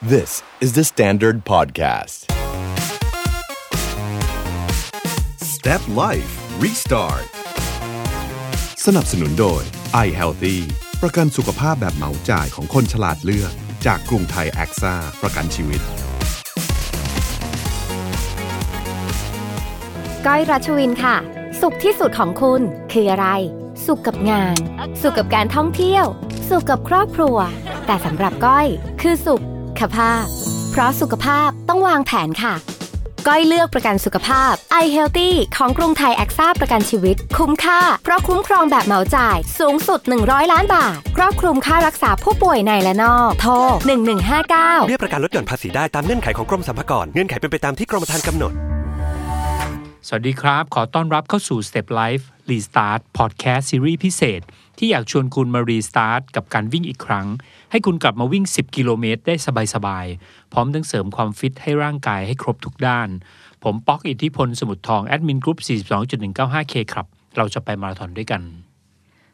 This is the Standard Podcast. Step Life Restart สนับสนุนโดย iHealthy ประกันสุขภาพแบบเหมาจ่ายของคนฉลาดเลือก จากกรุงไทยแอคซ่าประกันชีวิต ก้อยรัชวินค่ะ สุขที่สุดของคุณคืออะไร สุขกับงาน สุขกับการท่องเที่ยว สุขกับครอบครัว แต่สำหรับก้อย คือสุขขภาพ เพราะสุขภาพต้องวางแผนค่ะ ก้อยเลือกประกันสุขภาพ i Healthy ของกรุงไทยแอคซ่าประกันชีวิต คุ้มค่า เพราะคุ้มครองแบบเหมาจ่าย สูงสุด 100 ล้านบาท ครอบคลุมค่ารักษาผู้ป่วยในและนอก โทร 1159 เบี้ยประกันลดหย่อนภาษีได้ตามเงื่อนไขของกรมสรรพากร เงื่อนไขเป็นไปตามที่กรมธรรม์กำหนด สวัสดีครับ ขอต้อนรับเข้าสู่ Step Life Restart Podcast Series พิเศษ ที่อยากชวนคุณมา restart กับการวิ่งอีกครั้ง ให้คุณกลับมาวิ่ง 10 กิโลเมตรได้สบายๆ พร้อมทั้งเสริมความฟิตให้ร่างกายให้ครบทุกด้าน ผมป๊อกอิทธิพลสมุทรทองแอดมินกรุ๊ป42.195K ครับ เราจะไปมาราธอนด้วยกัน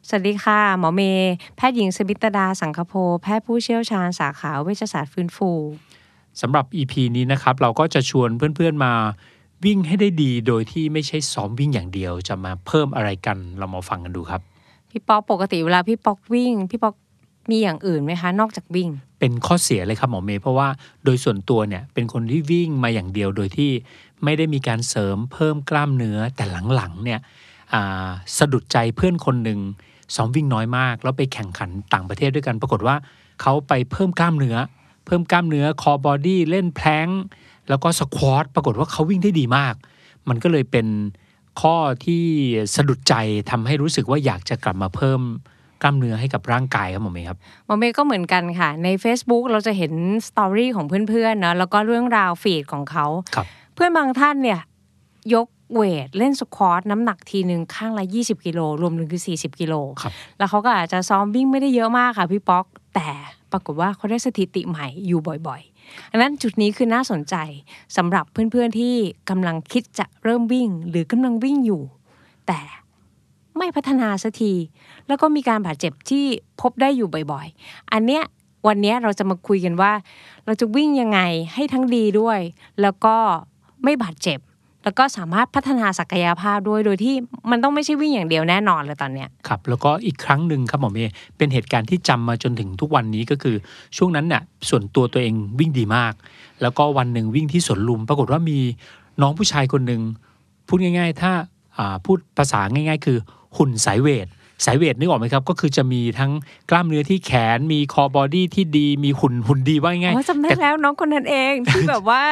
สวัสดีค่ะ หมอเมย์แพทย์หญิงสมิตดาสังคโพ แพทย์ผู้เชี่ยวชาญสาขาเวชศาสตร์ฟื้นฟู สำหรับ EP นี้นะครับ เราก็จะชวนเพื่อนๆมาวิ่งให้ได้ดี โดยที่ไม่ใช่ซ้อมวิ่งอย่างเดียว จะมาเพิ่มอะไรกันเรามาฟังกันดูครับ พี่ป๊อกปกติเวลาพี่ป๊อกวิ่ง พี่ป๊อกมีอย่างอื่นไหมคะ นอกจากวิ่ง เป็นข้อเสียเลยครับหมอเมย์เพราะว่าโดยส่วนตัวเนี่ยเป็นคนที่วิ่งมาอย่างเดียวโดยที่ไม่ได้มีการเสริมเพิ่มกล้ามเนื้อแต่หลังๆเนี่ยอ่าสะดุดใจเพื่อนคนหนึ่งซ้อมวิ่งน้อยมาก แล้วไปแข่งขันต่างประเทศด้วยกัน ปรากฏว่าเขาไปเพิ่มกล้ามเนื้อ เพิ่มกล้ามเนื้อคอบอดี้เล่นแพลงก์แล้วก็สควอตปรากฏว่าเขาวิ่งได้ดีมาก มันก็เลยเป็นข้อที่สะดุดใจทำให้รู้สึกว่าอยากจะกลับมาเพิ่มกล้ามเนื้อให้กับร่างกายครับหมอเมย์ครับ หมอเมย์ก็เหมือนกันค่ะ ใน Facebook เราจะเห็นสตอรี่ของเพื่อนๆเนาะแล้วก็เรื่องราวฟีดของเขา ครับ เพื่อนบางท่านเนี่ย ยกเวท เล่นสควอตน้ำหนักทีหนึ่งข้างละ 20 กิโล รวมถึงคือ 40 กิโล ครับ แล้วเขาก็อาจจะซ้อมวิ่งไม่ได้เยอะมากค่ะพี่ป๊อก แต่ปรากฏว่าเขาได้สถิติใหม่อยู่บ่อยๆอันนั้นจุดนี้คือน่าสนใจสำหรับเพื่อนๆที่กำลังคิดจะเริ่มวิ่ง หรือกำลังวิ่งอยู่ แต่ไม่พัฒนาสักที แล้วก็มีการบาดเจ็บที่พบได้อยู่บ่อยๆ อันเนี้ยวันเนี้ยเราจะมาคุยกันว่า เราจะวิ่งยังไงให้ทั้งดีด้วย แล้วก็ไม่บาดเจ็บ แล้วก็สามารถพัฒนาศักยภาพด้วยโดยที่มันต้องไม่ใช่วิ่งอย่างเดียวแน่นอนเลยตอนเนี้ย ครับแล้วก็อีกครั้งหนึ่งครับหมอเมย์เป็นเหตุการณ์ที่จำมาจนถึงทุกวันนี้ก็คือช่วงนั้นน่ะส่วนตัวตัวเองวิ่งดีมาก แล้วก็วันหนึ่งวิ่งที่สวนลุม ปรากฏว่ามีน้องผู้ชายคนหนึ่งพูดง่าย ๆ ถ้าอ่าพูดภาษาง่าย ๆ คือหุ่นสายเวท สายเวทนึกออกไหมครับ ก็คือจะมีทั้งกล้ามเนื้อที่แขนมีคอบอดี้ที่ดีมีหุ่นหุ่นดีว่าง่ายๆ อ๋อจำได้แล้วน้องคนนั้นเองที่แบบว่า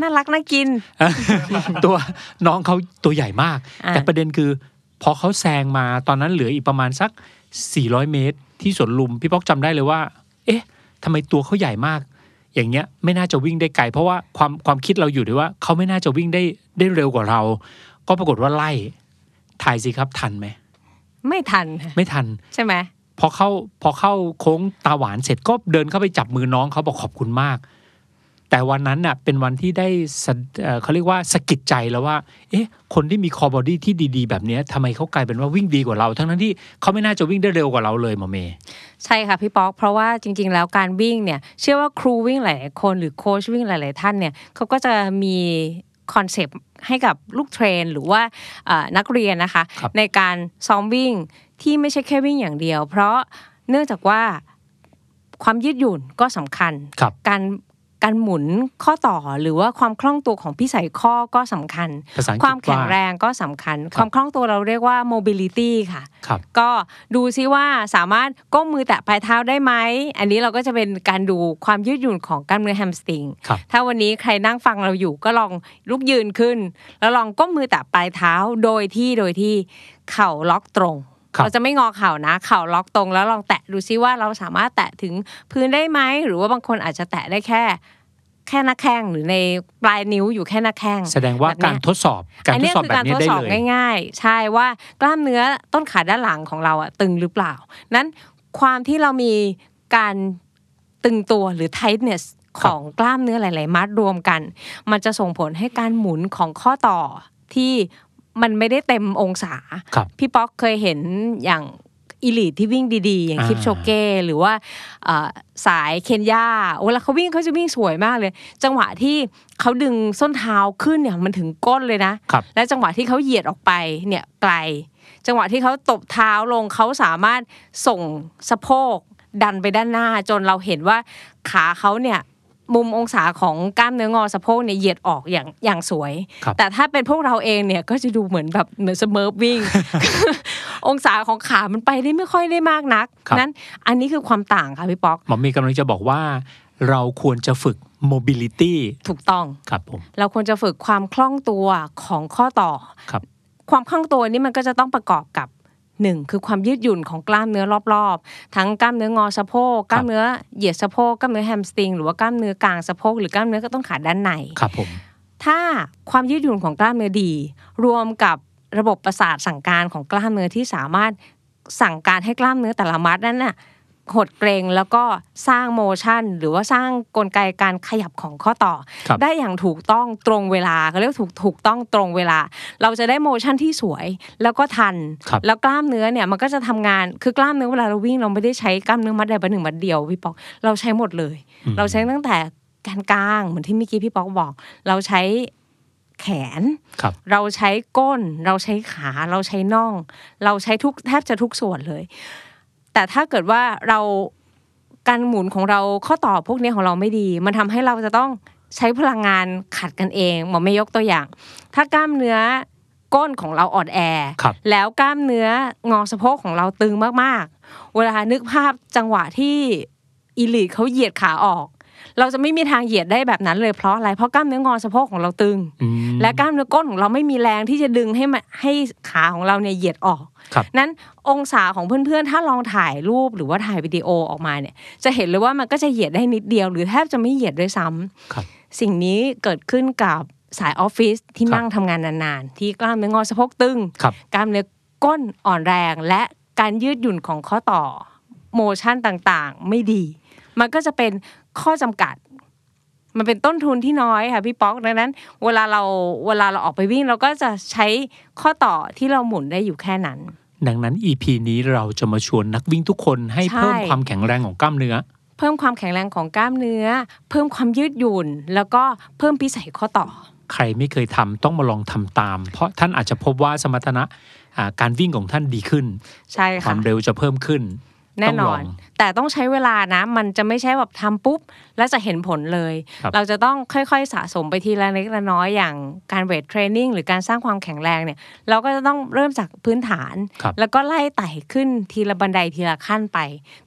น่ารักน่ากิน ตัวน้องเขาตัวใหญ่มาก อ่า แต่ประเด็นคือ พอเขาแซงมาตอนนั้นเหลืออีกประมาณสัก 400 เมตร ที่สวนลุม พี่ป๊อกจำได้เลยว่า เอ๊ะทำไมตัวเขาใหญ่มาก อย่างเงี้ยไม่น่าจะวิ่งได้ไกล เพราะว่าความความคิดเราอยู่ด้วยว่าเขาไม่น่าจะวิ่งได้ได้เร็วกว่าเรา ก็ปรากฏว่าไล่ถ่ายสิครับทันไหม ไม่ทัน ไม่ทัน ใช่ไหม พอเข้าพอเข้าโค้งตาหวานเสร็จก็เดินเข้าไปจับมือน้องเขาบอกขอบคุณมาก แต่วันนั้นน่ะเป็นวันที่ได้สะเอ่อเขาเรียกว่าสะกิดใจแล้วว่า เอ๊ะ คนที่มีคอบอดี้ที่ดีๆ แบบเนี้ยทำไมเขากลายเป็นว่าวิ่งดีกว่าเรา ทั้งนั้นที่เขาไม่น่าจะวิ่งได้เร็วกว่าเราเลยหมอเมย์ ใช่ค่ะพี่ป๊อกเพราะว่าจริง ๆ แล้วการวิ่งเนี่ยเชื่อว่าครูวิ่งหลายๆคนหรือโค้ชวิ่งหลาย ๆ ท่านเนี่ยเขาก็จะมีคอนเซปต์ให้กับลูกเทรน หรือว่าเอ่อนักเรียนนะคะ ครับ ในการซ้อมวิ่งที่ไม่ใช่แค่วิ่งอย่างเดียว เพราะเนื่องจากว่าความยืดหยุ่นก็สำคัญ ครับ การการหมุนข้อต่อหรือว่าความคล่องตัวของพี่ใส่ข้อก็สำคัญ ภาษาอังกฤษ ความแข็งแรงก็สำคัญ ครับ ความคล่องตัวเราเรียกว่า mobility ค่ะ ครับ ก็ดูซิว่าสามารถก้มมือแตะปลายเท้าได้ไหม อันนี้เราก็จะเป็นการดูความยืดหยุ่นของกล้ามเนื้อแฮมสตริง ครับ ถ้าวันนี้ใครนั่งฟังเราอยู่ก็ลองลุกยืนขึ้น แล้วลองก้มมือแตะปลายเท้าโดยที่โดยที่เข่าล็อกตรง ครับ เราจะไม่งอเข่านะ เข่าล็อกตรงแล้วลองแตะดูซิว่าเราสามารถแตะถึงพื้นได้ไหม หรือว่าบางคนอาจจะแตะได้แค่ แค่หน้าแข้งหรือในปลายนิ้วอยู่แค่หน้าแข้ง แสดงว่า แบบเนี้ย การทดสอบการทดสอบแบบเนี้ยได้เลย อันนี้คือการทดสอบง่าย ๆ ใช่ว่ากล้ามเนื้อต้นขาด้านหลังของเราอะตึงหรือเปล่า นั้นความที่เรามีการตึงตัวหรือ tightness ของกล้ามเนื้อหลาย ๆ มัดรวมกัน มันจะส่งผลให้การหมุนของข้อต่อที่มันไม่ได้เต็มองศา ครับ พี่ป๊อกเคยเห็นอย่าง อีลีทที่วิ่งดีๆ อย่าง อ่า คลิปโชเก้หรือว่าเอ่อสายเคนยาเวลาเขาวิ่งเขาจะวิ่งสวยมากเลย จังหวะที่เขาดึงส้นเท้าขึ้นเนี่ยมันถึงก้นเลยนะ ครับ และจังหวะที่เขาเหยียดออกไปเนี่ยไกล จังหวะที่เขาตบเท้าลงเขาสามารถส่งสะโพกดันไปด้านหน้า จนเราเห็นว่าขาเขาเนี่ยมุมองศาของกล้ามเนื้องอสะโพกเนี่ยเหยียดออกอย่างอย่างสวย ครับ แต่ถ้าเป็นพวกเราเองเนี่ยก็จะดูเหมือนแบบเหมือนสเมิร์ฟ วิ่ง องศาของขามันไปได้ไม่ค่อยได้มากนัก ครับ นั้นอันนี้คือความต่างค่ะพี่ป๊อก หมอเมย์กำลังจะบอกว่า เราควรจะฝึก mobility ถูกต้อง ครับผม เราควรจะฝึกความคล่องตัวของข้อต่อ ครับ ความคล่องตัวนี่มันก็จะต้องประกอบกับหนึ่งคือความยืดหยุ่นของกล้ามเนื้อรอบๆ ทั้งกล้ามเนื้องอสะโพกกล้ามเนื้อเหยียดสะโพกกล้ามเนื้อแฮมสตริงหรือว่ากล้ามเนื้อกลางสะโพกหรือกล้ามเนื้อก็ต้องขาด้านใน ครับผม ถ้าความยืดหยุ่นของกล้ามเนื้อดี รวมกับระบบประสาทสั่งการของกล้ามเนื้อที่สามารถสั่งการให้กล้ามเนื้อแต่ละมัดนั้นน่ะหดเกรงแล้วก็สร้างโมชั่น หรือว่าสร้างกลไกการขยับของข้อต่อ ครับ ได้อย่างถูกต้องตรงเวลาเขาเรียกว่าถูกถูกต้องตรงเวลา เราจะได้โมชั่นที่สวยแล้วก็ทัน ครับ แล้วกล้ามเนื้อเนี่ยมันก็จะทำงานคือกล้ามเนื้อเวลาเราวิ่งเราไม่ได้ใช้กล้ามเนื้อมัดใดมัดหนึ่งมัดเดียวพี่ปอกเราใช้หมดเลย อืม เราใช้ตั้งแต่แกนกลางเหมือนที่เมื่อกี้พี่ป๊อกบอก เราใช้แขน ครับ เราใช้ก้น เราใช้ขาเราใช้น่อง เราใช้ทุกแทบจะทุกส่วนเลย แต่ถ้าเกิดว่าเราการหมุนของเราข้อต่อพวกนี้ของเราไม่ดี มันทำให้เราจะต้องใช้พลังงานขัดกันเองหมอไม่ยกตัวอย่าง ถ้ากล้ามเนื้อก้นของเราอ่อนแอ ครับ แล้วกล้ามเนื้องอสะโพกของเราตึงมากๆ เวลานึกภาพจังหวะที่อีลีทเขาเหยียดขาออก เราจะไม่มีทางเหยียดได้แบบนั้นเลยเพราะอะไรเพราะกล้ามเนื้องอสะโพกของเราตึง อืม และกล้ามเนื้อก้นของเราไม่มีแรงที่จะดึงให้มันให้ขาของเราเนี่ยเหยียดออก ครับ นั้นองศาของเพื่อนๆ ถ้าลองถ่ายรูปหรือว่าถ่ายวิดีโอออกมาเนี่ย จะเห็นเลยว่ามันก็จะเหยียดได้นิดเดียว หรือแทบจะไม่เหยียดด้วยซ้ำ ครับ สิ่งนี้เกิดขึ้นกับสายออฟฟิศที่ ครับ นั่งทำงานนานๆ ที่กล้ามเนื้องอสะโพกตึง ครับ กล้ามเนื้อก้นอ่อนแรงและการยืดหยุ่นของข้อต่อโมชั่นต่างๆ ไม่ดี มันก็จะเป็นข้อจำกัด มันเป็นต้นทุนที่น้อยค่ะพี่ป๊อกดังนั้น เวลาเราเวลาเราออกไปวิ่ง เราก็จะใช้ข้อต่อที่เราหมุนได้อยู่แค่นั้น ดังนั้น EP นี้เราจะมาชวนนักวิ่งทุกคนให้ ใช่ เพิ่มความแข็งแรงของกล้ามเนื้อ เพิ่มความแข็งแรงของกล้ามเนื้อ เพิ่มความยืดหยุ่น แล้วก็เพิ่มพิสัยข้อต่อ ใครไม่เคยทำต้องมาลองทำตาม เพราะท่านอาจจะพบว่าสมรรถนะอ่าการวิ่งของท่านดีขึ้น ใช่ ควา ค่ะ มเร็วจะเพิ่มขึ้น แน่ ต้ง น ล อง น แต่ต้องใช้เวลานะ มันจะไม่ใช่แบบทำปุ๊บ แล้วจะเห็นผลเลย ครับ เราจะต้องค่อยๆสะสมไปทีละเล็กละน้อยอย่างการเวทเทรนนิ่งหรือการสร้างความแข็งแรงเนี่ย เราก็จะต้องเริ่มจากพื้นฐาน ครับ แล้วก็ไล่ไต่ขึ้นทีละบันไดทีละขั้นไป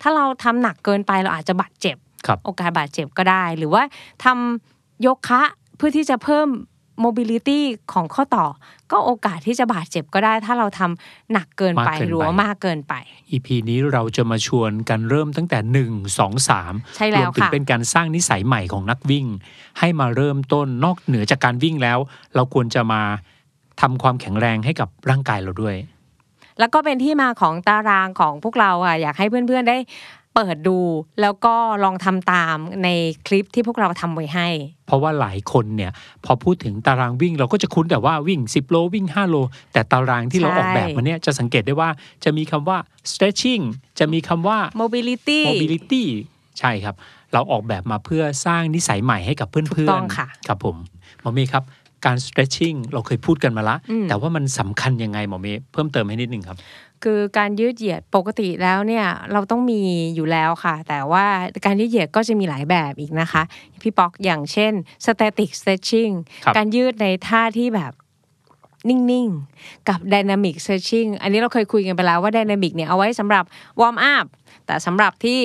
ถ้าเราทำหนักเกินไปเราอาจจะบาดเจ็บ ครับ โอกาสบาดเจ็บก็ได้ หรือว่าทำโยคะเพื่อที่จะเพิ่ม mobility ของข้อต่อ ก็โอกาสที่จะบาดเจ็บก็ได้ ถ้าเราทำหนักเกินไป มากเกินไป หรือว่ามากเกินไป EP นี้เราจะมาชวนกันเริ่มตั้งแต่ 1 2 3 ใช่แล้ว รวมถึง ค่ะ เป็นการสร้างนิสัยใหม่ของนักวิ่ง ให้มาเริ่มต้นนอกเหนือจากการวิ่งแล้ว เราควรจะมาทำความแข็งแรงให้กับร่างกายเราด้วย แล้วก็เป็นที่มาของตารางของพวกเราอ่ะอยากให้เพื่อนๆได้เปิดดู แล้วก็ลองทำตามในคลิปที่พวกเราทำไว้ให้ เพราะว่าหลายคนเนี่ยพอพูดถึงตารางวิ่ง เราก็จะคุ้นแต่ว่าวิ่ง 10 โลวิ่ง 5 โล แต่ตารางที่เรา ใช่ ออกแบบมาเนี่ยจะสังเกตได้ว่าจะมีคำว่า stretching จะมีคำว่า mobility mobility ใช่ครับ เราออกแบบมาเพื่อสร้างนิสัยใหม่ให้กับเพื่อน ถู ๆ กต้องค่ะ ครับผมหมอเมย์ครับ การ stretching เราเคยพูดกันมาละ อืม แต่ว่ามันสำคัญยังไงหมอเมย์เพิ่มเติมให้นิดหนึ่งครับ คือการยืดเหยียดปกติแล้วเนี่ยเราต้องมีอยู่แล้วค่ะ แต่ว่าการยืดเหยียดก็จะมีหลายแบบอีกนะคะ พี่ป๊อกอย่างเช่น static stretching ครับ การยืดในท่าที่แบบนิ่ง ๆ กับ dynamic stretching อันนี้เราเคยคุยกันไปแล้วว่า dynamic เนี่ยเอาไว้สำหรับ warm up แต่สำหรับที่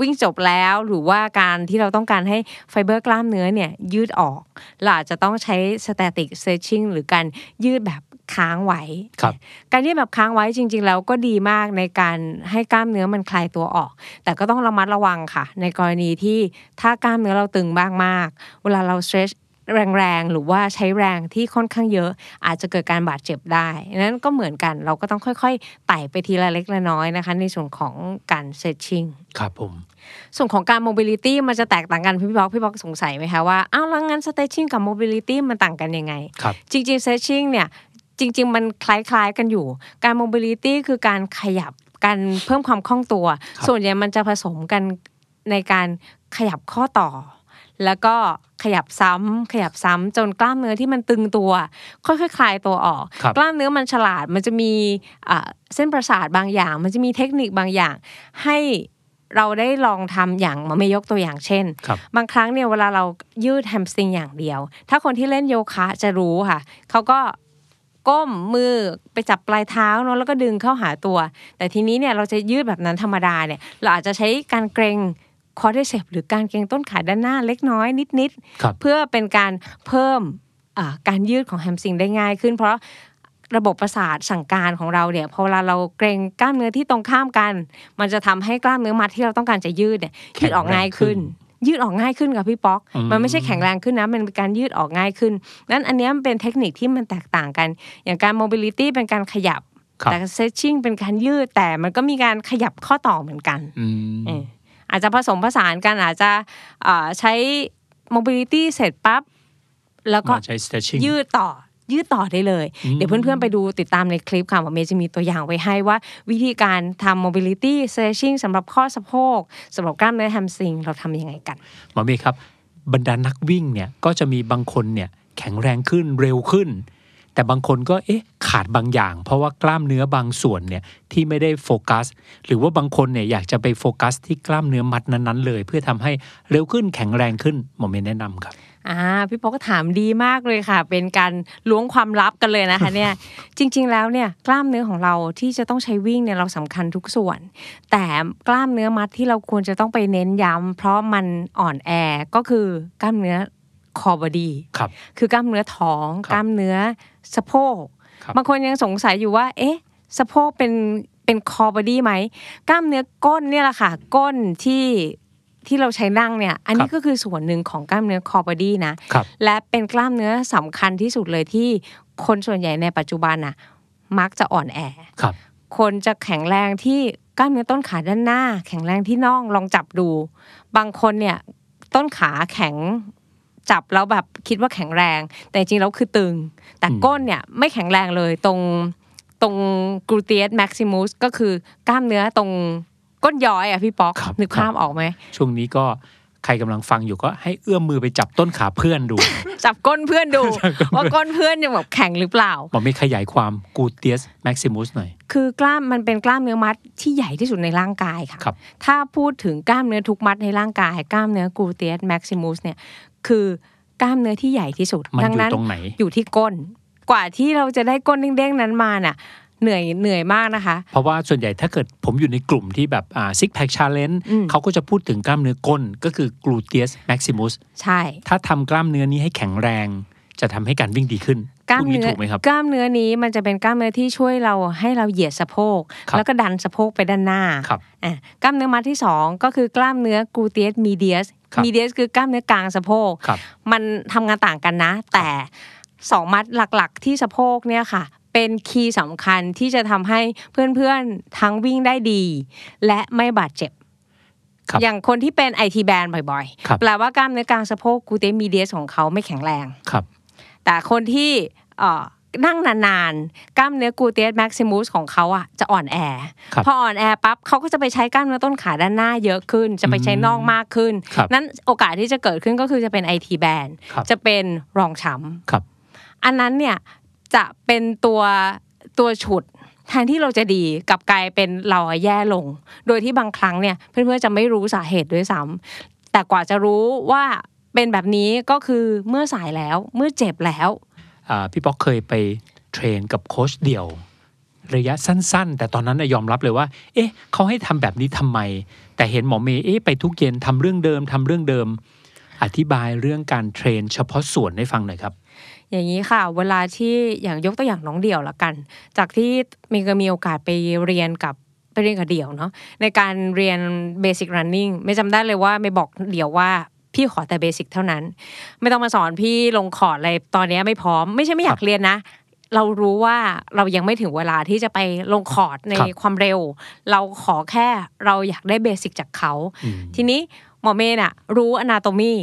วิ่งจบแล้วหรือว่าการที่เราต้องการให้ไฟเบอร์กล้ามเนื้อเนี่ยยืดออก เราอาจจะต้องใช้ static stretching หรือการยืดแบบค้างไว้ ครับ การยืดแบบค้างไว้จริง ๆ แล้วก็ดีมากในการให้กล้ามเนื้อมันคลายตัวออก แต่ก็ต้องระมัดระวังค่ะ ในกรณีที่ถ้ากล้ามเนื้อเราตึงมากมากๆเวลาเรา stretch แรงๆ หรือว่าใช้แรงที่ค่อนข้างเยอะ อาจจะเกิดการบาดเจ็บได้นั้นก็เหมือนกันเราก็ต้องค่อยๆไต่ไปทีละเล็กละน้อยนะคะ ในส่วนของการ stretching ครับผม ส่วนของการ mobility มันจะแตกต่างกันพี่บอกพี่บอกสงสัยไหมคะว่าอ้าวแล้วงั้น stretching กับ mobility มันต่างกันยังไง ครับ จริงๆ stretching เนี่ยจริง ๆ มันคล้ายๆกันอยู่ การ mobility คือการขยับ การเพิ่มความคล่องตัว ครับ ส่วนใหญ่มันจะผสมกันในการขยับข้อต่อ แล้วก็ขยับซ้ำขยับซ้ำจนกล้ามเนื้อที่มันตึงตัว ค่อยๆ คลายตัวออก ครับ กล้ามเนื้อมันฉลาดมันจะมีอ่ะเส้นประสาทบางอย่าง มันจะมีเทคนิคบางอย่าง ให้เราได้ลองทำอย่างมาไม่ยกตัวอย่างเช่น ครับ บางครั้งเนี่ยเวลาเรายืดแฮมสตริงอย่างเดียว ถ้าคนที่เล่นโยคะจะรู้ค่ะ เขาก็ก้มมือไปจับปลายเท้าเนอะแล้วก็ดึงเข้าหาตัว แต่ทีนี้เนี่ยเราจะยืดแบบนั้นธรรมดาเนี่ยเราอาจจะใช้การเกรงคอร์ดเซปหรือการเกรงต้นขาด้านหน้าเล็กน้อยนิด ครับ ๆ เพื่อเป็นการเพิ่มอ่าการยืดของแฮมสตริงได้ง่ายขึ้น เพราะระบบประสาทสั่งการของเราเนี่ยพอเวลาเราเกรงกล้ามเนื้อที่ตรงข้ามกัน มันจะทำให้กล้ามเนื้อมัดที่เราต้องการจะยืดเนี่ยยืดออกง่ายขึ้น ยืดออกง่ายขึ้นกับพี่ป๊อก อืม มันไม่ใช่แข็งแรงขึ้นนะ มันเป็นการยืดออกง่ายขึ้น นั้นอันเนี้ยมันเป็นเทคนิคที่มันแตกต่างกัน อย่างการ mobility เป็นการขยับ ครับ แต่ stretching เป็นการยืด แต่มันก็มีการขยับข้อต่อเหมือนกัน อืม เอออาจจะผสมผสานกัน อาจจะเอ่อใช้ mobility เสร็จปั๊บ แล้วก็ มาใช้ stretching ยืดต่อ ยืดต่อได้เลย อืม เดี๋ยวเพื่อนๆไปดูติดตามในคลิปค่ะหมอเมย์จะมีตัวอย่างไว้ให้ว่า วิธีการทำ mobility stretching สำหรับข้อสะโพกสำหรับกล้ามเนื้อแฮมสตริงเราทำยังไงกัน หมอเมย์ครับ บรรดานักวิ่งเนี่ยก็จะมีบางคนเนี่ยแข็งแรงขึ้นเร็วขึ้น แต่บางคนก็เอ๊ะขาดบางอย่าง เพราะว่ากล้ามเนื้อบางส่วนเนี่ยที่ไม่ได้โฟกัส หรือว่าบางคนเนี่ยอยากจะไปโฟกัสที่กล้ามเนื้อมัดนั้น ๆ เลย เพื่อทำให้เร็วขึ้นแข็งแรงขึ้นหมอเมย์แนะนำครับ อ่าพี่ป๊อกก็ถามดีมากเลยค่ะ เป็นการล้วงความลับกันเลยนะคะ เนี่ยจริงๆแล้วเนี่ยกล้ามเนื้อของเราที่จะต้องใช้วิ่งเนี่ยเราสำคัญทุกส่วน แต่กล้ามเนื้อมัดที่เราควรจะต้องไปเน้นย้ำเพราะมันอ่อนแอก็คือกล้ามเนื้อคอบอดี ครับ คือกล้ามเนื้อท้อง ครับ กล้ามเนื้อสะโพก ครับ บางคนยังสงสัยอยู่ว่า เอ๊ะ สะโพกเป็นเป็นคอบอดี้ไหมกล้ามเนื้อก้นเนี่ยแหละค่ะ ก้นที่ที่เราใช้นั่งเนี่ย อันนี้ ครับ ก็คือส่วนหนึ่งของกล้ามเนื้อคอบอดี้นะ ครับ และเป็นกล้ามเนื้อสำคัญที่สุดเลยที่คนส่วนใหญ่ในปัจจุบันน่ะ มักจะอ่อนแอ ครับ คนจะแข็งแรงที่กล้ามเนื้อต้นขาด้านหน้า แข็งแรงที่น่องลองจับดู บางคนเนี่ยต้นขาแข็งจับแล้วแบบคิดว่าแข็งแรง แต่จริงๆแล้วคือตึง แต่ อืม ก้นเนี่ยไม่แข็งแรงเลยตรงตรงกรูเตียสแม็กซิมุสก็คือกล้ามเนื้อตรงก้นย้อยอ่ะพี่ป๊อก ครับ นึก ครับ ภาพออกไหม ช่วงนี้ก็ใครกำลังฟังอยู่ก็ให้เอื้อมมือไปจับต้นขาเพื่อนดู จับก้นเพื่อนดู ว่าก้นเพื่อนยังแบบแข็งหรือเปล่า หมอเมย์ขยายความกูเตียสแม็กซิมุสหน่อย คือกล้ามมันเป็นกล้ามเนื้อมัดที่ใหญ่ที่สุดในร่างกายค่ะ ครับ ถ้าพูดถึงกล้ามเนื้อทุกมัดในร่างกาย กล้ามเนื้อกรูเตียสแม็กซิมุสเนี่ยคือกล้ามเนื้อที่ใหญ่ที่สุด มันอดัยู่ นั้น ตรงไหน อยู่ที่ก้น กว่าที่เราจะได้ก้นเด้งๆนั้นมาน่ะ เหนื่อยเหนื่อยมากนะคะ เพราะว่าส่วนใหญ่ถ้าเกิดผมอยู่ในกลุ่มที่แบบอ่าซิกแพคชาเลนจ์ อืม เขาก็จะพูดถึงกล้ามเนื้อก้นก็คือกลูเตียสแม็กซิมุส ใช่ ถ้าทำกล้ามเนื้อนี้ให้แข็งแรง จะทำให้การวิ่งดีขึ้น กล้าม พูดงี้ เนื้อ ถูกไหมครับ กล้ามเนื้อนี้มันจะเป็นกล้ามเนื้อที่ช่วยเราให้เราเหยียดสะโพก ครับ แล้วก็ดันสะโพกไปด้านหน้า ครับ อ่ะกล้ามเนื้อมัดที่สองก็คือกล้ามเนื้อกรูเตียสมีเดียส ครับ มีเดียสคือกล้ามเนื้อกลางสะโพก ครับ มันทำงานต่างกันนะ แต่สองมัดหลักๆ ที่สะโพกเนี่ยค่ะ เป็นคีย์สำคัญที่จะทำให้เพื่อนๆ ทั้งวิ่งได้ดี และไม่บาดเจ็บ ครับ อย่างคนที่เป็นไอทีแบนบ่อย ครับ ๆ แปลว่ากล้ามเนื้อกลางสะโพกกูเตมีเดียสของเขาไม่แข็งแรง ครับ แต่คนที่เอ่อนั่งนานๆ กล้ามเนื้อกูเตียสแม็กซิมุสของเขาอ่ะจะอ่อนแอ ครับ พออ่อนแอปั๊บเขาก็จะไปใช้กล้ามเนื้อต้นขาด้านหน้าเยอะขึ้น จะไปใช้น่องมากขึ้น ครับ นั้นโอกาสที่จะเกิดขึ้นก็คือจะเป็นไอทีแบน ครับ จะเป็นรองช้ ครับ ำอันนั้นเนี่ยจะเป็นตัวตัวฉุดแทนที่เราจะดีกลับกลายเป็นเราอะแย่ลง โดยที่บางครั้งเนี่ยเพื่อนๆจะไม่รู้สาเหตุด้วยซ้ำแต่กว่าจะรู้ว่าเป็นแบบนี้ก็คือเมื่อสายแล้วเมื่อเจ็บแล้ว อ่าพี่ป๊อกเคยไปเทรนกับโค้ชเดี่ยว ระยะสั้นๆ แต่ตอนนั้นนะยอมรับเลยว่า เอ๊ะเขาให้ทำแบบนี้ทำไม แต่เห็นหมอเมย์เอ๊ะไปทุกเย็นทำเรื่องเดิมทำเรื่องเดิม อธิบายเรื่องการเทรนเฉพาะส่วนให้ฟังหน่อยครับ อย่างนี้ค่ะ เวลาที่อย่างยกตัวอย่างน้องเดี่ยวละกัน จากที่มีก็มีโอกาสไปเรียนกับไปเรียนกับเดี่ยวเนาะในการเรียนเบสิ c รันนิ่งไม่จำได้เลยว่าไม่บอกเดี่ยวว่าพี่ขอแต่เบสิ c เท่านั้น ไม่ต้องมาสอนพี่ลงคอร์ดอะไรตอนเนี้ยไม่พร้อม ไม่ใช่ไม่อยา ค ก รับ เรียนนะ เรารู้ว่าเรายังไม่ถึงเวลาที่จะไปลงคอร์ดใน ครับ ความเร็ว เราขอแค่เราอยากได้เบสิ c จากเขา อืม ทีนี้หมอเมย์น่ะรู้อนาโตมี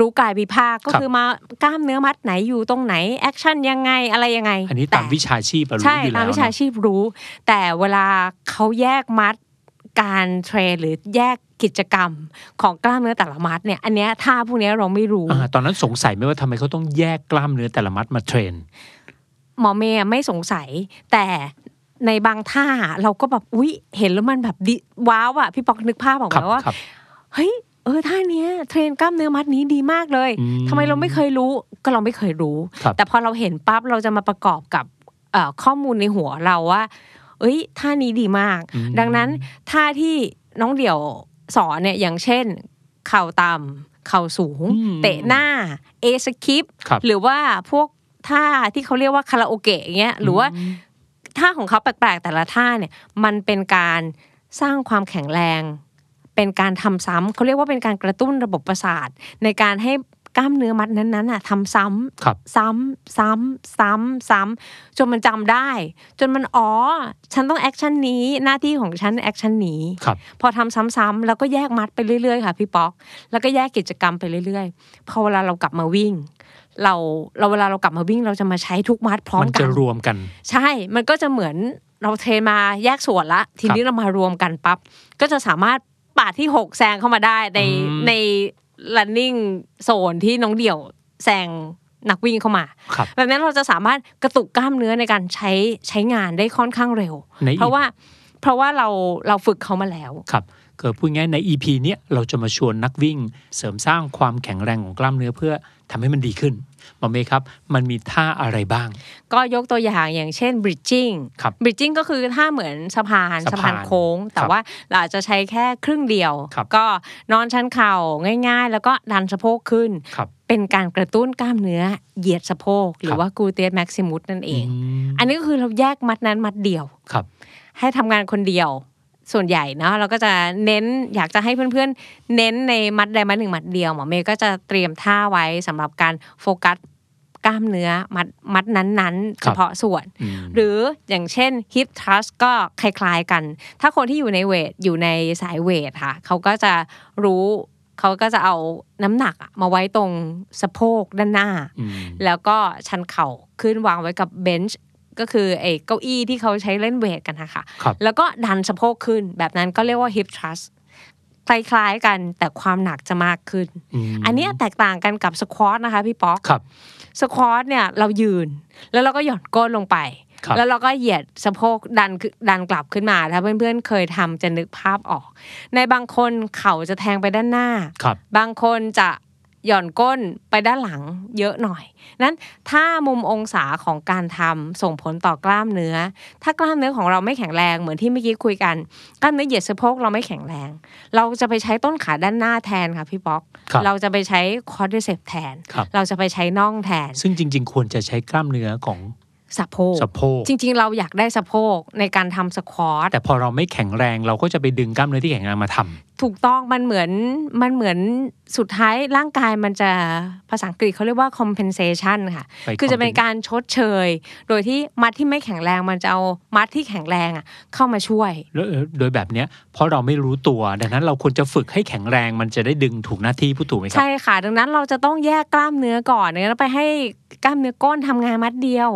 รู้กายวิภาคก็ ครับ คือมากล้ามเนื้อมัดไหนอยู่ตรงไหนแอคชั่นยังไงอะไรยังไง อันนี้ตาม แ วิชาชีพอะรู้ ใช่ อยู่ ตา แล้ ม ว วิชา เนาะ ชีพรู้ แต่เวลาเขาแยกมัดการเทรนหรือแยกกิจกรรมของกล้ามเนื้อแต่ละมัดเนี่ยอันเนี้ยท่าพวกเนี้ยเราไม่รู้ อ่าตอนนั้นสงสัยไหมว่าทำไมเขาต้องแยกกล้ามเนื้อแต่ละมัดมาเทรน หมอเมย์อะไม่สงสัย แต่ในบางท่าเราก็แบบอุ๊ยเห็นแล้วมันแบบดิว้าวอะพี่ปอกนึกภาพออก ครั มาว่า ครับ เฮ้ยเออท่าเนี้ยเทรนกล้ามเนื้อมัดนี้ดีมากเลย อืม ทำไมเราไม่เคยรู้ก็เราไม่เคยรู้ ครับ แต่พอเราเห็นปั๊บเราจะมาประกอบกับเอ่อข้อมูลในหัวเราว่า เอ้ยท่านี้ดีมาก อืม ดังนั้นท่าที่น้องเดี่ยวสอนเนี่ยอย่างเช่น เข่าต่ำเข่าสูง อืม เตะหน้าเอสคิป ครับ หรือว่าพวกท่าที่เขาเรียกว่าคาราโอเกะอย่างเงี้ยหรือว่าท่าของเขาแปลกๆแต่ละท่าเนี่ยมันเป็นการสร้างความแข็งแรง เป็นการทำซ้ำเขาเรียกว่าเป็นการกระตุ้นระบบประสาท ในการให้กล้ามเนื้อมัดนั้นๆน่ะทำซ้ำ ครับ ซ้ำซ้ำซ้ำซ้ำจนมันจำได้ จนมันอ๋อฉันต้องแอคชั่นนี้หน้าที่ของฉันแอคชั่นนี้ ครับ พอทำซ้ำๆแล้วก็แยกมัดไปเรื่อยๆ ค่ะพี่ป๊อก แล้วก็แยกกิจกรรมไปเรื่อยๆ พอเวลาเรากลับมาวิ่ง เราเราเวลาเรากลับมาวิ่ง เราจะมาใช้ทุกมัดพร้อม มัน กั จะ น รวมกัน ใช่ มันก็จะเหมือนเราเทรนมาแยกส่วนละ ทีนี้เรามารวมกันปั๊บ ก็จะสามารถปาดที่ 6 แซงเข้ามาได้ใน อืม ใน running โซนที่น้องเดี่ยวแซงนักวิ่งเข้ามา ครับ แบบนั้นเราจะสามารถกระตุกกล้ามเนื้อในการใช้ใช้งานได้ค่อนข้างเร็ว ในอี เพราะว่าเพราะว่าเราเราฝึกเขามาแล้ว ครับคือพูดง่ายๆใน EP เนี้ยเราจะมาชวนนักวิ่ง เสริมสร้างความแข็งแรงของกล้ามเนื้อเพื่อทำให้มันดีขึ้นหมอเมย์ครับ มันมีท่าอะไรบ้าง ก็ยกตัวอย่างอย่างเช่น bridging ครับ bridging ก็คือถ้าเหมือนสะพาน สะพาน สะพานโค้ง แต่ ครับ ว่าเราอาจจะใช้แค่ครึ่งเดียว ครับ ก็นอนชันเข่าง่ายๆ แล้วก็ดันสะโพกขึ้น ครับ เป็นการกระตุ้นกล้ามเนื้อเหยียดสะโพก หรือว่ากูเตียสแม็กซิมุสนั่นเอง ม อันนี้ก็คือเราแยกมัดนั้นมัดเดียว ครับ ให้ทำงานคนเดียว ส่วนใหญ่เนาะเราก็จะเน้นอยากจะให้เพื่อนๆ เน้นในมัดใดมัดหนึ่งมัดเดียวหมอเมย์ก็จะเตรียมท่าไว้สำหรับการโฟกัสกล้ามเนื้อมัดมัดนั้นๆ ค เฉ รับ พาะส่วน อืม หรืออย่างเช่น hip thrust ก็คล้ายๆกัน ถ้าคนที่อยู่ในเวท อยู่ในสายเวทค่ะ เขาก็จะรู้เขาก็จะเอาน้ำหนักอะมาไว้ตรงสะโพกด้านหน้า อืม แล้วก็ชันเข่าขึ้นวางไว้กับเบนช์ก็คือไอ้เก้าอี้ที่เขาใช้เล่นเวทกันนะคะ ครับ แล้วก็ดันสะโพกขึ้นแบบนั้นก็เรียกว่า hip thrust คล้ายๆกันแต่ความหนักจะมากขึ้น ม อันเนี้ยแตกต่างกันกับสควอตนะคะพี่ป๊อก ครับ สควอตเนี่ยเรายืนแล้วเราก็หย่อนก้นลงไป ครับ แล้วเราก็เหยียดสะโพกดันขึ้นดันกลับขึ้นมาถ้าเพื่อนๆเคยทำจะนึกภาพออก ในบางคนเข่าจะแทงไปด้านหน้า ครับ บางคนจะหย่อนก้นไปด้านหลังเยอะหน่อย นั้นถ้ามุมองศาของการทำส่งผลต่อกล้ามเนื้อ ถ้ากล้ามเนื้อของเราไม่แข็งแรงเหมือนที่เมื่อกี้คุยกันกล้ามเนื้อเหยียดสะโพกเราไม่แข็งแรง เราจะไปใช้ต้นขาด้านหน้าแทนค่ะพี่ป๊อก ครับ เราจะไปใช้คอร์ดิเซปแทน ครับ เราจะไปใช้น่องแทน ซึ่งจริง ๆ ควรจะใช้กล้ามเนื้อของ สะโพก สะโพก จริง ๆ เราอยากได้สะโพกในการทำสควอต แต่พอเราไม่แข็งแรงเราก็จะไปดึงกล้ามเนื้อที่แข็งแรงมาทำ ถูกต้องมันเหมือนมันเหมือนสุดท้ายร่างกายมันจะภาษาอังกฤษเขาเรียกว่า compensation ค่ะ ไป คือจะเป็นการชดเชย โดยที่มัดที่ไม่แข็งแรงมันจะเอามัดที่แข็งแรงอะเข้ามาช่วย แล้วเอ่อโดยแบบเนี้ยเพราะเราไม่รู้ตัว ดังนั้นเราควรจะฝึกให้แข็งแรงมันจะได้ดึงถูกหน้าที่ผู้ถูกไหมครั ใช่ค่ะ ดังนั้นเราจะต้องแยกกล้ามเนื้อก่อนเนี่ยแล้วไปให้กล้ามเนื้อก้นทำงานมัดเดียว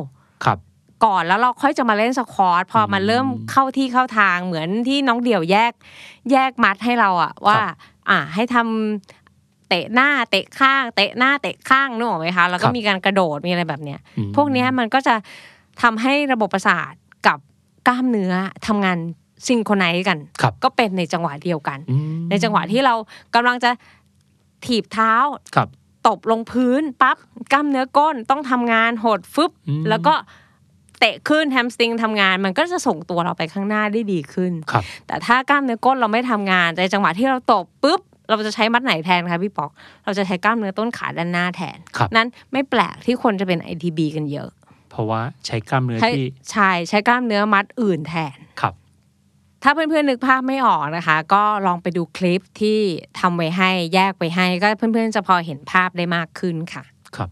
ครับ ก่อนแล้วเราค่อยจะมาเล่นสควอตพอมันเริ่มเข้าที่เข้าทางเหมือนที่น้องเดี่ยวแยก แยกมัดให้เราอะว่า อ่าให้ทำเตะหน้าเตะข้าง เตะหน้าเตะข้างนึกออกไหมคะแล้ควก็ รับ มีการกระโดดมีอะไรแบบเนี้ย อืม พวกเนี้ยมันก็จะทำให้ระบบประสาทกับกล้ามเนื้อทำงานซิงโครไนซ์กัน ครับ ก็เป็นในจังหวะเดียวกัน อืม ในจังหวะที่เรากำลังจะถีบเท้า ครับ ตบลงพื้นปั๊บกล้ามเนื้อก้นต้องทำงานหดฟึบ อืม แล้วก็เตะขึ้นแฮมสตริงทำงาน มันก็จะส่งตัวเราไปข้างหน้าได้ดีขึ้น ครับ แต่ถ้ากล้ามเนื้อก้นเราไม่ทำงานในจังหวะที่เราตบปุ๊บเราจะใช้มัดไหนแทนคะพี่ปอก เราจะใช้กล้ามเนื้อต้นขาด้านหน้าแทน ครับ นั้นไม่แปลกที่คนจะเป็น ITB กันเยอะ เพราะว่าใช้กล้ามเนื้อ ใช้ ที่ ใช่ใช้กล้ามเนื้อมัดอื่นแทน ครับ ถ้าเพื่อนๆนึกภาพไม่ออกนะคะ ก็ลองไปดูคลิปที่ทำไว้ให้แยกไว้ให้ ก็เพื่อนๆจะพอเห็นภาพได้มากขึ้นค่ะ ครับ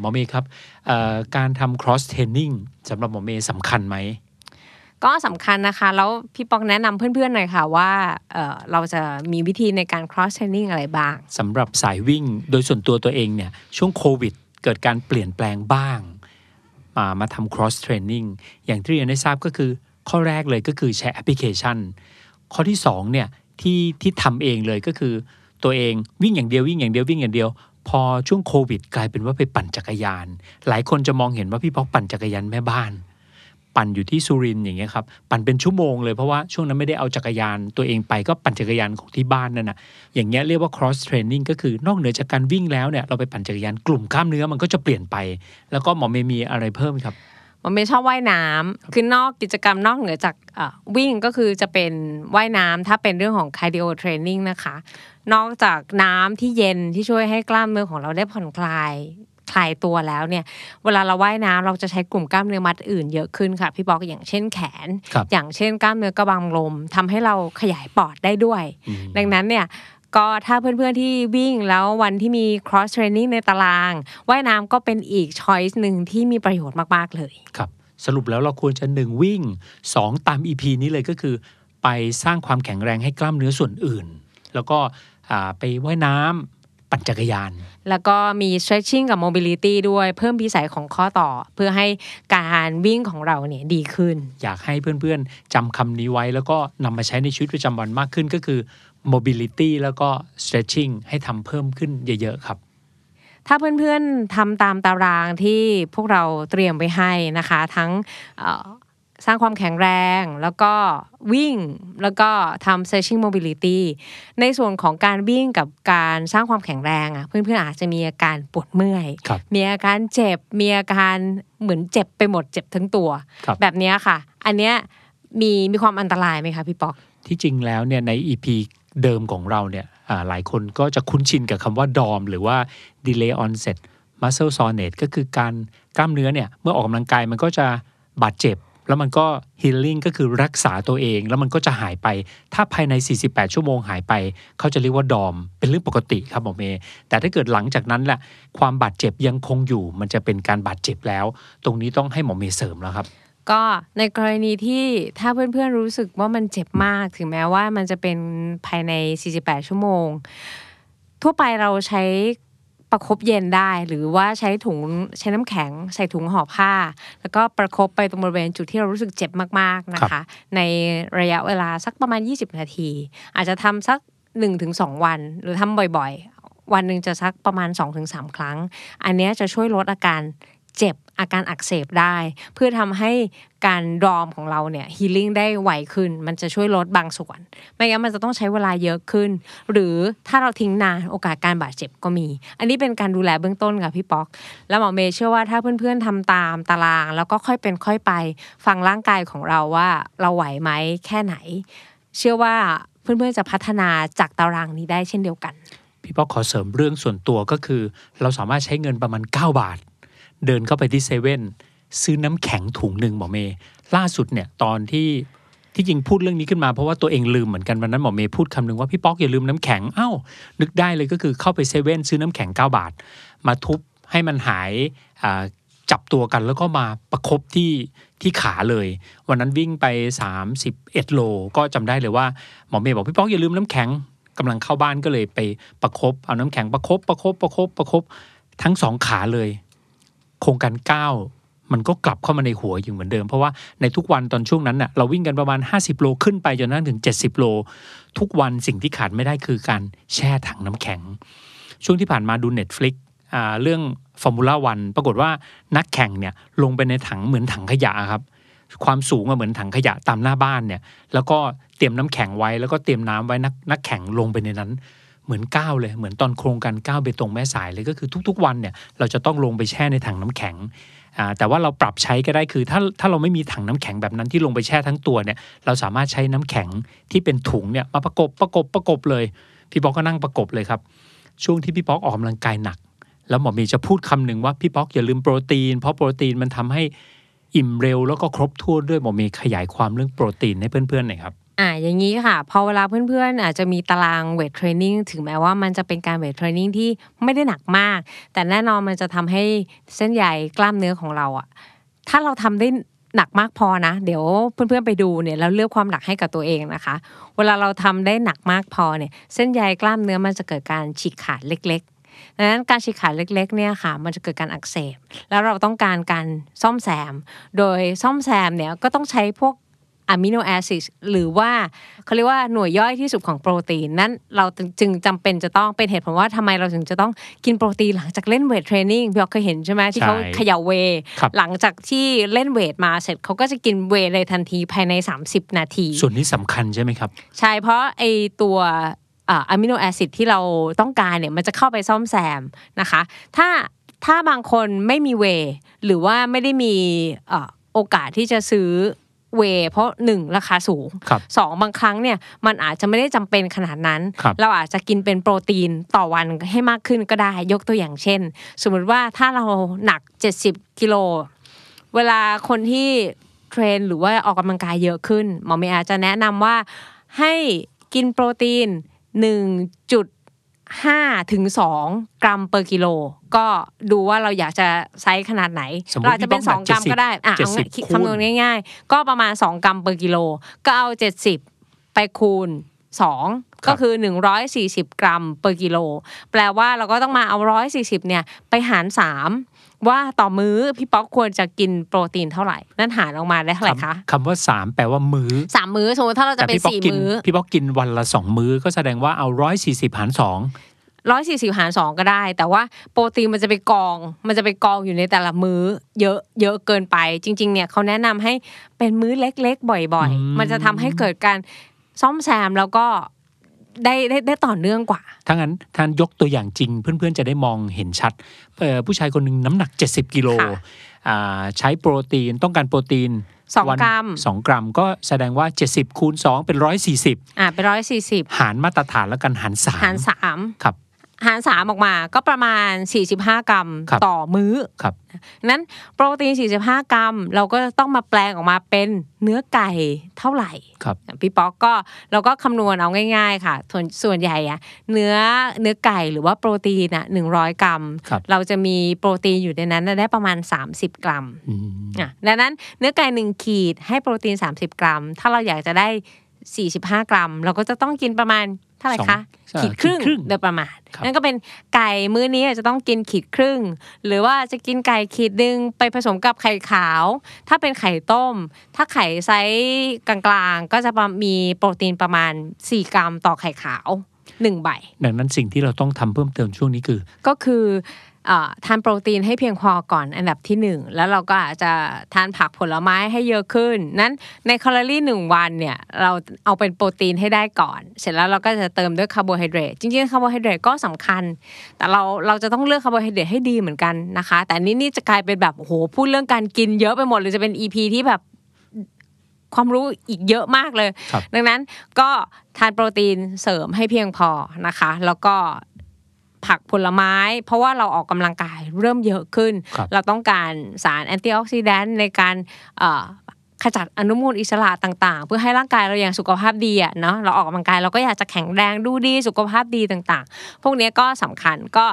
หมอเมย์ครับเอ่อการทำ cross training สำหรับหมอเมย์สำคัญไหม ก็สำคัญนะคะ แล้วพี่ป๊อกแนะนำเพื่อนๆหน่อยค่ะว่าเอ่อเราจะมีวิธีในการ cross training อะไรบ้าง สำหรับสายวิ่งโดยส่วนตัวตัวเองเนี่ยช่วงโควิดเกิดการเปลี่ยนแปลงบ้างมามาทำ cross training อย่างที่เรียนได้ทราบก็คือ ข้อแรกเลยก็คือใช้แอปพลิเคชัน ข้อที่สองเนี่ยที่ที่ทำเองเลยก็คือ ตัวเองวิ่งอย่างเดียววิ่งอย่างเดียววิ่งอย่างเดียว พอช่วงโควิด กลายเป็นว่าไปปั่นจักรยาน หลายคนจะมองเห็นว่าพี่ป๊อกปั่นจักรยานแม่บ้าน ปั่นอยู่ที่สุรินทร์อย่างเงี้ยครับปั่นเป็นชั่วโมงเลยเพราะว่าช่วงนั้นไม่ได้เอาจักรยานตัวเองไปก็ปั่นจักรยานของที่บ้านนั่นน่ะอย่างเงี้ยเรียกว่า cross training ก็คือนอกเหนือจากการวิ่งแล้วเนี่ยเราไปปั่นจักรยานกลุ่มกล้ามเนื้อมันก็จะเปลี่ยนไป แล้วก็หมอเมย์มีอะไรเพิ่มครับ มันเป็นชอบว่ายน้ำคือนอกกิจกรรมนอกเหนือจากเอ่อวิ่งก็คือจะเป็นว่ายน้ำถ้าเป็นเรื่องของคาร์ดิโอเทรนนิ่งนะคะ นอกจากน้ำที่เย็นที่ช่วยให้กล้ามเนื้อของเราได้ผ่อนคลายคลายตัวแล้วเนี่ย เวลาเราว่ายน้ำเราจะใช้กลุ่มกล้ามเนื้อมัดอื่นเยอะขึ้นค่ะพี่บอกอย่างเช่นแขน ครับ อย่างเช่นกล้ามเนื้อกระบังลมทำให้เราขยายปอดได้ด้วย ดังนั้นเนี่ยก็ถ้าเพื่อนๆที่วิ่งแล้ววันที่มี cross training ในตารางว่ายน้ำก็เป็นอีกช้อยส์หนึ่งที่มีประโยชน์มากๆเลย ครับสรุปแล้วเราควรจะ 1 วิ่ง 2 ตาม EP นี้เลยก็คือ ไปสร้างความแข็งแรงให้กล้ามเนื้อส่วนอื่น แล้วก็อ่าไปว่ายน้ำปั่นจักรยาน แล้วก็มี stretching กับ mobility ด้วยเพิ่มพิสัยของข้อต่อ เพื่อให้การวิ่งของเราเนี่ยดีขึ้น อยากให้เพื่อนๆจำคำนี้ไว้แล้วก็นำมาใช้ในชีวิตประจำวันมากขึ้นก็คือ mobility แล้วก็ stretching ให้ทำเพิ่มขึ้นเยอะๆครับ ถ้าเพื่อนๆทำตามตารางที่พวกเราเตรียมไว้ให้นะคะ ทั้งเอ่อสร้างความแข็งแรง แล้วก็วิ่งแล้วก็ทำ stretching mobility ในส่วนของการวิ่งกับการสร้างความแข็งแรงอะเพื่อนๆอาจจะมีอาการปวดเมื่อย ครับ มีอาการเจ็บ มีอาการเหมือนเจ็บไปหมดเจ็บทั้งตัว ครับ แบบเนี้ยค่ะ อันเนี้ยมีมีความอันตรายไหมคะพี่ป๊อก ที่จริงแล้วเนี่ยใน EP เดิมของเราเนี่ยอ่าหลายคนก็จะคุ้นชินกับคำว่าดอมหรือว่า delay onset muscle soreness ก็คือการกล้ามเนื้อเนี่ยเมื่อออกกำลังกายมันก็จะบาดเจ็บ แล้วมันก็ healing ก็คือรักษาตัวเอง แล้วมันก็จะหายไป ถ้าภายใน 48 ชั่วโมงหายไป เขาจะเรียกว่าดอม เป็นเรื่องปกติครับหมอเมย์แต่ถ้าเกิดหลังจากนั้นแหละความบาดเจ็บยังคงอยู่ มันจะเป็นการบาดเจ็บแล้ว ตรงนี้ต้องให้หมอเมย์เสริมแล้วครับ ก็ในกรณีที่ถ้าเพื่อนๆรู้สึกว่ามันเจ็บมาก ถึงแม้ว่ามันจะเป็นภายใน 48 ชั่วโมง ทั่วไปเราใช้ประคบเย็นได้ หรือว่าใช้ถุงใช้น้ำแข็ง ใส่ถุงห่อผ้า แล้วก็ประคบไปตรงบริเวณจุดที่เรารู้สึกเจ็บมากๆนะ ครั คะ บ ในระยะเวลาสักประมาณ 20 นาที อาจจะทำสัก 1-2 วัน หรือทำบ่อยๆ วันหนึ่งจะสักประมาณ 2-3 ครั้ง อันเนี้ยจะช่วยลดอาการเจ็บอาการอักเสบได้ เพื่อทำให้การรอมของเราเนี่ยฮีลิ่งได้ไวขึ้น มันจะช่วยลดบางส่วน ไม่งั้นมันจะต้องใช้เวลาเยอะขึ้น หรือถ้าเราทิ้งนานโอกาสการบาดเจ็บก็มี อันนี้เป็นการดูแลเบื้องต้นค่ะพี่ป๊อก แล้วหมอเมย์เชื่อว่าถ้าเพื่อนๆทำตามตาราง แล้วก็ค่อยเป็นค่อยไป ฟังร่างกายของเราว่าเราไหวไหมแค่ไหน เชื่อว่าเพื่อนๆจะพัฒนาจากตารางนี้ได้เช่นเดียวกัน พี่ป๊อกขอเสริมเรื่องส่วนตัวก็คือ เราสามารถใช้เงินประมาณ 9 บาท เดินเข้าไปที่เซเว่นซื้อน้ำแข็งถุงหนึ่งหมอเมย์ล่าสุดเนี่ยตอนที่ที่จริงพูดเรื่องนี้ขึ้นมาเพราะว่าตัวเองลืมเหมือนกันวันนั้นหมอเมย์พูดคำหนึงว่าพี่ป๊อกอย่าลืมน้ำแข็งเอ้า นึกได้เลยก็คือเข้าไปเซเว่นซื้อน้ำแข็ง 9 บาท มาทุบให้มันหายอ่าจับตัวกันแล้วก็มาประคบที่ที่ขาเลย วันนั้นวิ่งไป 31 โล ก็จำได้เลยว่าหมอเมย์บอกพี่ป๊อกอย่าลืมน้ำแข็งกำลังเข้าบ้านก็เลยไปประคบเอาน้ำแข็งประคบประคบประคบประคบทั้งสองขาเลย โครงการก้าวมันก็กลับเข้ามาในหัวอยู่เหมือนเดิม เพราะว่าในทุกวันตอนช่วงนั้นน่ะเราวิ่งกันประมาณ 50 โลขึ้นไปจนนั้นถึง 70 โล ทุกวันสิ่งที่ขาดไม่ได้คือการแช่ถังน้ำแข็ง ช่วงที่ผ่านมาดู Netflix อ่าเรื่องฟอร์มูล่าวันปรากฏว่านักแข่งเนี่ยลงไปในถังเหมือนถังขยะครับ ความสูงอะเหมือนถังขยะตามหน้าบ้านเนี่ย แล้วก็เตรียมน้ำแข็งไว้แล้วก็เตรียมน้ำไว้นักนักแข่งลงไปในนั้น เหมือนก้าวเลยเหมือนตอนโครงการก้าวเบตงแม่สายเลยก็คือทุก ๆ วันเนี่ยเราจะต้องลงไปแช่ในถังน้ำแข็งอ่าแต่ว่าเราปรับใช้ก็ได้คือถ้าถ้าเราไม่มีถังน้ำแข็งแบบนั้นที่ลงไปแช่ทั้งตัวเนี่ยเราสามารถใช้น้ำแข็งที่เป็นถุงเนี่ยมาประกบประกบประกบเลย พี่ป๊อกก็นั่งประกบเลยครับ ช่วงที่พี่ป๊อกออกกำลังกายหนัก แล้วหมอเมีจะพูดคำหนึ่งว่าพี่ป๊อกอย่าลืมโปรตีน เพราะโปรตีนมันทำให้อิ่มเร็วแล้วก็ครบถ้วนด้วยหมอเมีขยายความเรื่องโปรตีนให้เพื่อนๆหน่อยครับ อ่าอย่างนี้ค่ะ พอเวลาเพื่อนๆ อาจจะมีตารางเวทเทรนนิ่งถึงแม้ว่ามันจะเป็นการเวทเทรนนิ่งที่ไม่ได้หนักมาก แต่แน่นอนมันจะทำให้เส้นใยกล้ามเนื้อของเราอะถ้าเราทำได้ หนักมากพอนะ เดี๋ยวเพื่อนๆไปดูเนี่ยแล้วเลือกความหนักให้กับตัวเองนะคะ เวลาเราทำได้หนักมากพอเนี่ยเส้นใยกล้ามเนื้อมันจะเกิดการฉีกขาดเล็กๆดังนั้นการฉีกขาดเล็กๆเนี่ยค่ะ มันจะเกิดการอักเสบ แล้วเราต้องการการซ่อมแซม โดยซ่อมแซมเนี่ยก็ต้องใช้พวกอะมิโนแอซิดหรือว่าเขาเรียกว่าหน่วยย่อยที่สุดของโปรตีน นั้นเราจึงจำเป็นจะต้องเป็นเหตุผลว่าทำไมเราถึงจะต้องกินโปรตีนหลังจากเล่นเวทเทรนนิ่งพี่ออกเคยเห็นใช่ไหมที่เขา ใช่ เขย่าเวย์ ครับ หลังจากที่เล่นเวทมาเสร็จเขาก็จะกินเวทเลยทันทีภายใน 30 นาที ส่วนนี้สำคัญใช่ไหมครับ ใช่เพราะไอตัวอะมิโนแอซิดที่เราต้องการเนี่ยมันจะเข้าไปซ่อมแซมนะคะ ถ้าถ้าบางคนไม่มีเวย์หรือว่าไม่ได้มีเอ่อโอกาสที่จะซื้อเวย์เพราะหนึ่งราคาสูง ครับ สองบางครั้งเนี่ยมันอาจจะไม่ได้จำเป็นขนาดนั้น ครับ เราอาจจะกินเป็นโปรตีนต่อวันให้มากขึ้นก็ได้ยกตัวอย่างเช่น สมมุติว่าถ้าเราหนัก 70กิโล เวลาคนที่เทรนหรือว่าออกกำลังกายเยอะขึ้น หมอเมย์อาจจะแนะนำว่าให้กินโปรตีน 1.5 ถึง 2 กรัมเปอร์กิโล ก็ดูว่าเราอยากจะไซส์ขนาดไหน สมมุติ เราอาจจะเป็น พี่ป้อม 2 กรัม 70 ก็ได้อ่ะเอาง่าย 70คูณ คำนวณง่ายๆ ก็ประมาณ 2 กรัมเปอร์กิโล ก็เอา 70 ไปคูณ 2 ก็คือ 140 กรัมเปอร์กิโล แปลว่าเราก็ต้องมาเอา 140 เนี่ย ไปหาร 3 ว่าต่อมื้อพี่ป๊อกควรจะกินโปรตีนเท่าไหร่ นั่นหารออกมาได้เท่าไหร่คะ คำว่าสามแปลว่ามื้อ สามมื้อสมมติถ้าเราจะ แต่ เป็น พี่ป๊อก สี่ กิน มื้อ พี่ป๊อกกินวันละสองมื้อก็แสดงว่าเอาร้อยสี่สิบหารสอง ร้อยสี่สิบหารสองก็ได้ แต่ว่าโปรตีนมันจะไปกอง มันจะไปกองอยู่ในแต่ละมื้อ เยอะเยอะเกินไป จริง ๆ เนี่ยเขาแนะนำให้เป็นมื้อเล็ก ๆ บ่อย อืม ๆ มันจะทำให้เกิดการซ่อมแซมแล้วก็ได้ได้ได้ต่อเนื่องกว่า ถ้างั้นท่านยกตัวอย่างจริง เพื่อนๆ จะได้มองเห็นชัดเอ่อผู้ชายคนหนึ่งน้ำหนัก 70 กิโล ค่ะ อ่าใช้โปรตีนต้องการโปรตีน สอง วัน กรัม สองกรัมก็แสดงว่า 70 คูณ 2 เป็น 140 อ่าไปร้อยสี่สิบ หารมาตรฐานแล้วกันหารสาม หารสาม ครับ หารสามออกมาก็ประมาณ 45 กรัมต่อมื้อ ครับ นั้นโปรตีน 45 กรัม เราก็ต้องมาแปลงออกมาเป็นเนื้อไก่เท่าไหร่ ครับ พี่ป๊อกก็เราก็คำนวณเอาง่าย ๆ ค่ะส่วนส่วนใหญ่อะเนื้อเนื้อไก่หรือว่าโปรตีนอะ100 กรัม ครับ เราจะมีโปรตีนอยู่ในนั้นได้ประมาณ 30 กรัม อืม อ่ะดังนั้นเนื้อไก่1ขีดให้โปรตีน 30 กรัม ถ้าเราอยากจะได้ 45 กรัม เราก็จะต้องกินประมาณเท่าไหร่คะ สอง ขีดครึ่ง ขีดครึ่ง โดยประมาณ ครับ นั่นก็เป็นไก่มื้อนี้อาจจะต้องกินขีดครึ่ง หรือว่าจะกินไก่ขีดหนึ่งไปผสมกับไข่ขาว ถ้าเป็นไข่ต้ม ถ้าไข่ไซส์กลางๆ ก็จะประมีโปรตีนประมาณ 4 กรัมต่อไข่ขาว1ใบ ดังนั้นสิ่งที่เราต้องทำเพิ่มเติมช่วงนี้คือ ก็คือเอ่อทานโปรตีนให้เพียงพอก่อนอันดับที่หนึ่งแล้วเราก็อาจจะทานผักผลไม้ให้เยอะขึ้น นั้นในแคลอรี่หนึ่งวันเนี่ยเราเอาเป็นโปรตีนให้ได้ก่อน เสร็จแล้วเราก็จะเติมด้วยคาร์โบไฮเดรตจริงๆคาร์โบไฮเดรตก็สำคัญ แต่เราเราจะต้องเลือกคาร์โบไฮเดรตให้ดีเหมือนกันนะคะ แต่อันนี่นี่จะกลายเป็นแบบโอ้โหพูดเรื่องการกินเยอะไปหมดเลยจะเป็น EP ที่แบบความรู้อีกเยอะมากเลย ครับ ดังนั้นก็ทานโปรตีนเสริมให้เพียงพอนะคะ แล้วก็ ผักผลไม้ เพราะว่าเราออกกำลังกายเริ่มเยอะขึ้น ครับ เราต้องการสารแอนตี้ออกซิแดนต์ในการเอ่อขจัดอนุมูลอิสระต่างๆ เพื่อให้ร่างกายเราอย่างสุขภาพดีอ่ะเนาะเราออกกำลังกายเราก็อยากจะแข็งแรงดูดีสุขภาพดีต่างๆ พวกเนี้ยก็สำคัญก็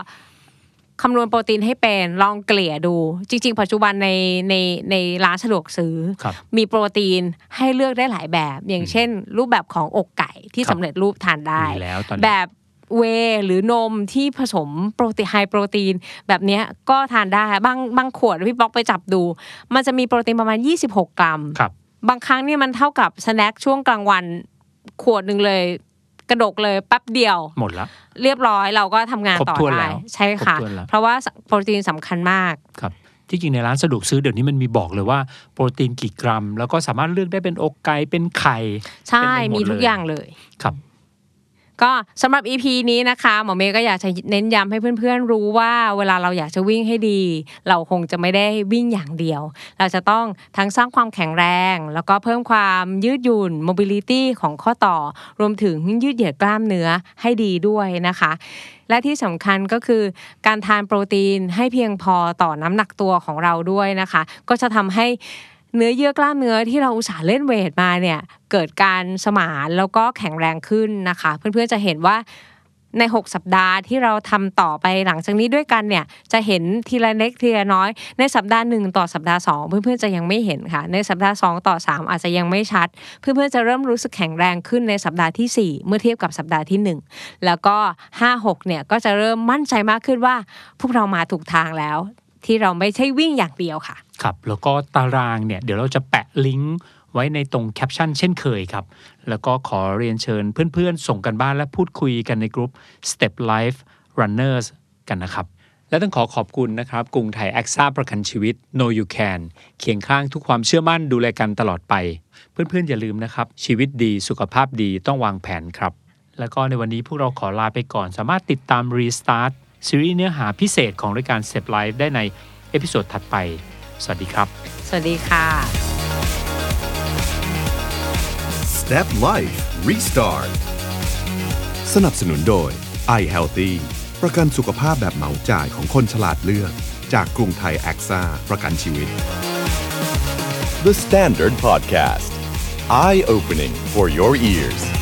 คำนวณโปรตีนให้เป็นลองเกลี่ยดู จริง ๆ ปัจจุบันในในในร้านสะดวกซื้อ ครับ มีโปรตีนให้เลือกได้หลายแบบ อย่างเช่น รูปแบบของอกไก่ที่ ครับ สำเร็จรูปทานได้ มีแล้วตอน แบ นี้ บเวย์หรือนมที่ผสมโปรตีนไฮโปรตีน แบบเนี้ยก็ทานได้บางบางขวดพี่ป๊อกไปจับดู มันจะมีโปรตีนประมาณ 26 กรัม ครับ บางครั้งเนี่ยมันเท่ากับสแน็คช่วงกลางวันขวดหนึ่งเลย กระดกเลยแป๊บเดียว หมดละ เรียบร้อยเราก็ทำงานต่อ ครบถ้วนแล้ ได้ ว ใช่ค่ะ ครบถ้วนแล้ว เพราะว่าโปรตีนสำคัญมาก ครับที่จริงในร้านสะดวกซื้อเดี๋ยวนี้มันมีบอกเลยว่าโปรตีนกี่กรัม แล้วก็สามารถเลือกได้เป็นอกไก่เป็นไข่ ใช่ เป็นไปหมด มีทุก เลย อย่างเลย ครับ ก็สำหรับ EP นี้นะคะหมอเมย์ก็อยากจะเน้นย้ำให้เพื่อนๆรู้ว่าเวลาเราอยากจะวิ่งให้ดี เราคงจะไม่ได้วิ่งอย่างเดียว เราจะต้องทั้งสร้างความแข็งแรง แล้วก็เพิ่มความยืดหยุ่น mobility ของข้อต่อ รวมถึงยืดเหยียดกล้ามเนื้อให้ดีด้วยนะคะ และที่สำคัญก็คือการทานโปรตีนให้เพียงพอต่อน้ำหนักตัวของเราด้วยนะคะ ก็จะทำให้ เนื้อเยื่อกล้ามเนื้อที่เราอุตส่าห์เล่นเวทมาเนี่ยเกิดการสมานแล้วก็แข็งแรงขึ้นนะคะ เพื่อนๆจะเห็นว่า ใน 6 สัปดาห์ที่เราทำต่อไปหลังจากนี้ด้วยกันเนี่ยจะเห็นทีละเล็กทีละน้อย ในสัปดาห์หนึ่งต่อสัปดาห์สองเพื่อนๆจะยังไม่เห็นค่ะ ในสัปดาห์สองต่อสามอาจจะยังไม่ชัด เพื่อนๆจะเริ่มรู้สึกแข็งแรงขึ้นในสัปดาห์ที่สี่เมื่อเทียบกับสัปดาห์ที่หนึ่ง แล้วก็ 5 6 เนี่ย ก็จะเริ่มมั่นใจมากขึ้นว่า พวกเรามาถูกทางแล้ว ที่เราไม่ใช่วิ่งอย่างเดียวค่ะ ครับแล้วก็ตารางเนี่ยเดี๋ยวเราจะแปะลิงก์ไว้ในตรงแคปชั่นเช่นเคยครับ แล้วก็ขอเรียนเชิญเพื่อนๆ ส่งกันบ้านและพูดคุยกันในกลุ่ม Step Life Runners กันนะครับ และต้องขอขอบคุณนะครับกรุงไทยแอคซ่าประกันชีวิต No You Can เคียงข้างทุกความเชื่อมั่นดูแลกันตลอดไป เพื่อนๆ อย่าลืมนะครับ ชีวิตดีสุขภาพดีต้องวางแผนครับ แล้วก็ในวันนี้พวกเราขอลาไปก่อน สามารถติดตาม Restart ซีรีส์เนื้อหาพิเศษของรายการ Step Life ได้ในเอพิโซดถัดไป สวัสดีครับ สวัสดีค่ะ Step Life Restart สนับสนุนโดย i Healthy ประกันสุขภาพแบบเหมาจ่ายของคนฉลาดเลือก จากกรุงไทยแอคซ่าประกันชีวิต The Standard Podcast. Eye opening for your ears.